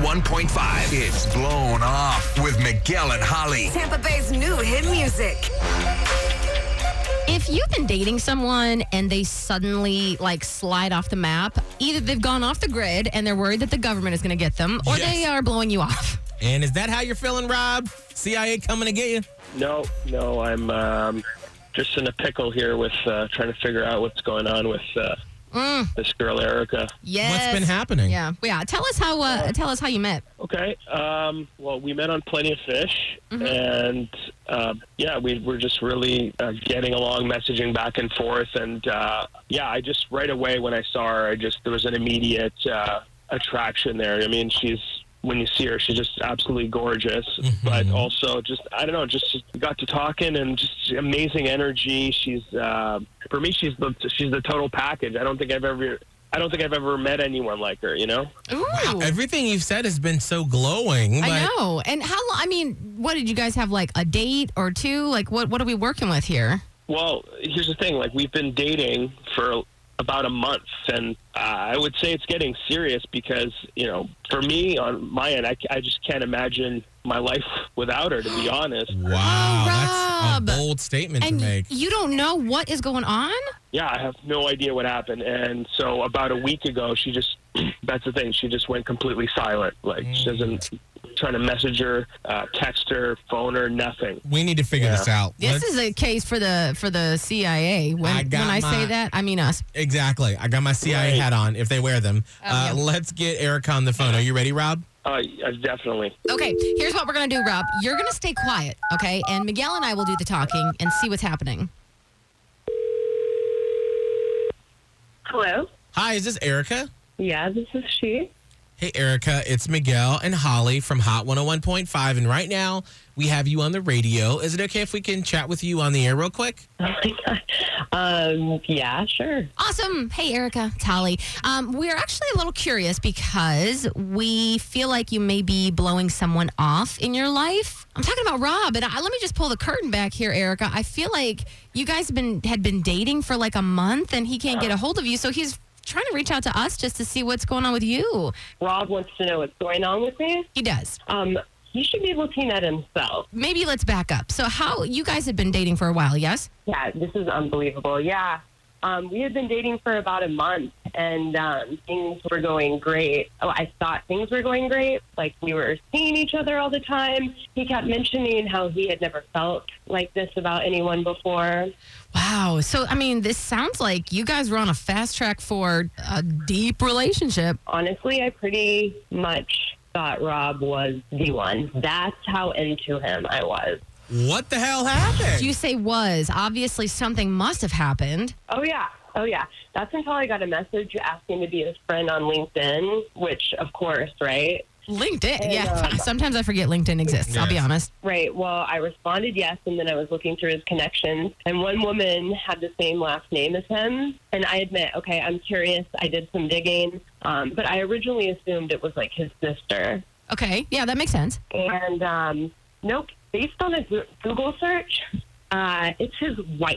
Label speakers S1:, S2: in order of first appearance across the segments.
S1: 101.5. It's Blown Off with Miguel and Holly.
S2: Tampa Bay's new hit music.
S3: If you've been dating someone and they suddenly like slide off the map, either they've gone off the grid and they're worried that the government is going to get them, or
S4: Yes.
S3: they are blowing you off.
S4: And is that how you're feeling, Rob? CIA coming to get you?
S5: No, no, I'm um, just in a pickle here with uh, trying to figure out what's going on with uh, this girl Erica.
S3: Yes.
S4: What's been happening?
S3: Yeah, yeah. Tell us how. Uh, tell us how you met.
S5: Okay, um, well, we met on Plenty of Fish, and uh, yeah, we were just really uh, getting along, messaging back and forth, and uh, yeah, I just right away when I saw her, I just there was an immediate uh, attraction there. I mean, she's. When you see her, she's just absolutely gorgeous, but also just I don't know, just got to talking and just amazing energy. She's uh, for me, she's the she's the total package. I don't think I've ever I don't think I've ever met anyone like her. You know,
S3: Ooh.
S4: Everything you've said has been so glowing. But
S3: I know. And how long? I mean, what did you guys have? Like a date or two? Like what? What are we working with here?
S5: Well, here's the thing. Like, we've been dating for about a month, and uh, I would say it's getting serious because, you know, for me, on my end, I, c- I just can't imagine my life without her, to be honest.
S4: Wow,
S3: Oh, Rob.
S4: that's a bold statement
S3: And
S4: to make.
S3: you don't know what is going on.
S5: Yeah, I have no idea what happened. And so, about a week ago, she just, that's the thing, she just went completely silent. Like, she doesn't, trying to message her, uh, text her, phone her, nothing.
S4: We need to figure
S5: Yeah.
S4: this out.
S3: This
S4: Let's-
S3: is a case for the for the CIA. When
S4: I got
S3: when I say
S4: my-
S3: that, I mean us.
S4: exactly. I got my CIA
S5: Right.
S4: hat on if they wear them. uh,
S3: Oh, yeah.
S4: Let's get Erica on the phone. Are you ready, Rob?
S5: Uh, yeah, definitely.
S3: Okay, here's what we're gonna do, Rob. You're gonna stay quiet, okay? And Miguel and I will do the talking and see what's happening.
S6: Hello.
S4: Hi, is this Erica?
S6: Yeah, this is she.
S4: Hey, Erica, it's Miguel and Holly from Hot 101.5. And right now, we have you on the radio. Is it okay if we can chat with you on the air real quick?
S6: Oh my god. Um. Yeah. Sure.
S3: Awesome. Hey, Erica, it's Holly. Um, we're actually a little curious because we feel like you may be blowing someone off in your life. I'm talking about Rob, and I, let me just pull the curtain back here, Erica. I feel like you guys have been had been dating for like a month, and he can't get a hold of you, so he's trying to reach out to us just to see what's going on with you.
S6: Rob wants to know what's going on with me.
S3: He does.
S6: Um. He should be looking at himself.
S3: Maybe let's back up. So, how you guys have been dating for a while? Yes.
S6: Yeah. This is unbelievable. Yeah. Um, we had been dating for about a month, and um, things were going great. Oh, I thought things were going great. Like we were seeing each other all the time. He kept mentioning how he had never felt like this about anyone before.
S3: Wow. So, I mean, this sounds like you guys were on a fast track for a deep relationship.
S6: honestly, I pretty much thought Rob was the one. That's how into him I was.
S4: What the hell happened?
S3: You say was. Obviously, something must have happened.
S6: Oh, yeah. Oh, yeah. That's until I got a message asking to be his friend on LinkedIn, which, of course, right?
S3: LinkedIn. Yeah. Sometimes I forget LinkedIn exists. I'll be
S4: Yes.
S3: honest.
S6: Right. Well, I responded yes, and then I was looking through his connections, and one woman had the same last name as him. And I admit, okay, I'm curious. I did some digging, um, but I originally assumed it was like his sister.
S3: Okay. Yeah, that makes sense.
S6: And um, nope, based on a Goo- Google search, uh, it's his wife.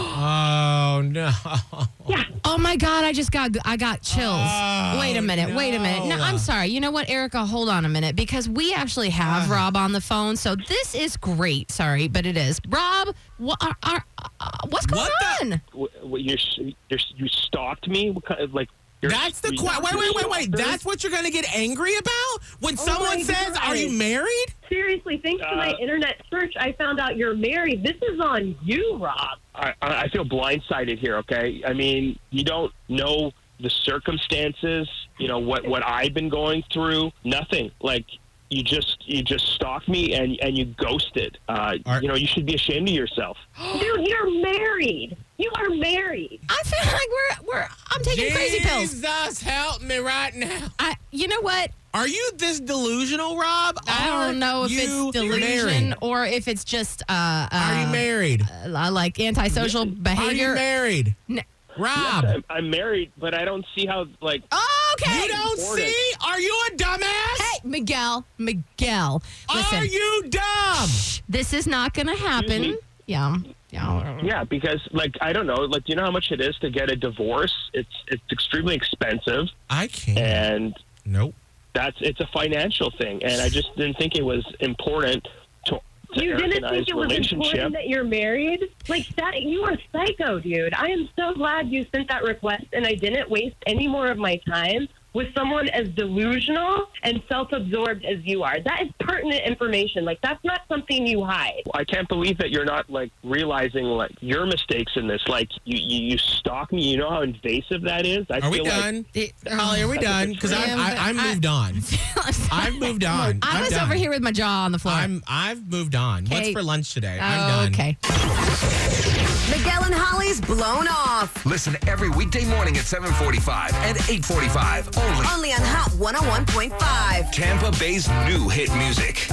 S4: oh, no.
S6: Yeah,
S3: Oh my God! I just got I got chills.
S4: Oh,
S3: wait a minute. Wait a minute. No,
S4: no.
S3: I'm sorry. You know what, Erica? Hold on a minute because we actually
S4: Uh.
S3: have Rob on the phone. So this is great. Sorry, but it is Rob. What are, are, uh, what's going
S4: What the-
S3: on?
S5: W- w- You're, s- you're, s- you stalked me? What kind of, like, you're-
S4: That's the
S5: you-
S4: question. Wait,
S5: you're
S4: wait, wait, wait.
S5: stalkers?
S4: That's what you're going to get angry about? When
S3: Oh
S4: someone
S6: my
S4: says,
S6: God.
S4: Are you married?
S6: seriously, thanks to my
S5: Uh,
S6: internet search, I found out you're married. This is on you, Rob.
S5: I, I I feel blindsided here. Okay, I mean, you don't know the circumstances. You know what what I've been going through. Nothing like you just you just stalked me and and you ghosted. Uh,
S4: Are-
S5: you know you should be ashamed of yourself.
S6: Dude, you're married. You are married.
S3: I feel like we're we're I'm taking crazy pills.
S4: Jesus, help me right now.
S3: I you know what?
S4: Are you this delusional, Rob?
S3: I
S4: Are
S3: don't know if
S4: you
S3: it's delusion
S4: married?
S3: or if it's just uh, uh
S4: Are you married?
S3: uh, like antisocial
S4: Are you
S3: behavior.
S4: married?
S3: N-
S4: Rob,
S5: I'm, I'm married, but I don't see how like
S3: okay.
S4: you don't
S5: Important.
S4: see? Are you a dumbass?
S3: Hey, Miguel, Miguel. Listen,
S4: Are you Mm-hmm. dumb?
S3: this is not going to
S5: Excuse
S3: happen.
S5: me?
S3: Yeah. Yeah.
S5: yeah because like I don't know like do you know how much it is to get a divorce. It's it's extremely expensive
S4: I can't.
S5: and
S4: Nope.
S5: that's it's a financial thing, and I just didn't think it was important to. to
S6: You didn't
S5: recognize
S6: think it was
S5: relationship.
S6: important that you're married? Like that, you are psycho, dude. I am so glad you sent that request, and I didn't waste any more of my time with someone as delusional and self-absorbed as you are. That is pertinent information. Like that's not something you hide.
S5: I can't believe that you're not like realizing like your mistakes in this. Like you, you, you stalk me. You know how invasive that is. I
S4: Are we
S5: feel like
S4: done? Holly, are we done? Because I,
S3: Yeah,
S4: I, I
S3: but I-
S4: moved on. I've moved on.
S3: I
S4: I'm
S3: was
S4: done.
S3: over here with my jaw on the floor.
S4: I'm, I've moved on. What's
S3: Okay.
S4: for lunch today?
S3: Oh,
S4: I'm done.
S3: Okay.
S2: Miguel and Holly's Blown Off.
S1: Listen every weekday morning at 745 and 845 only.
S2: Only on Hot 101.5.
S1: Tampa Bay's new hit music.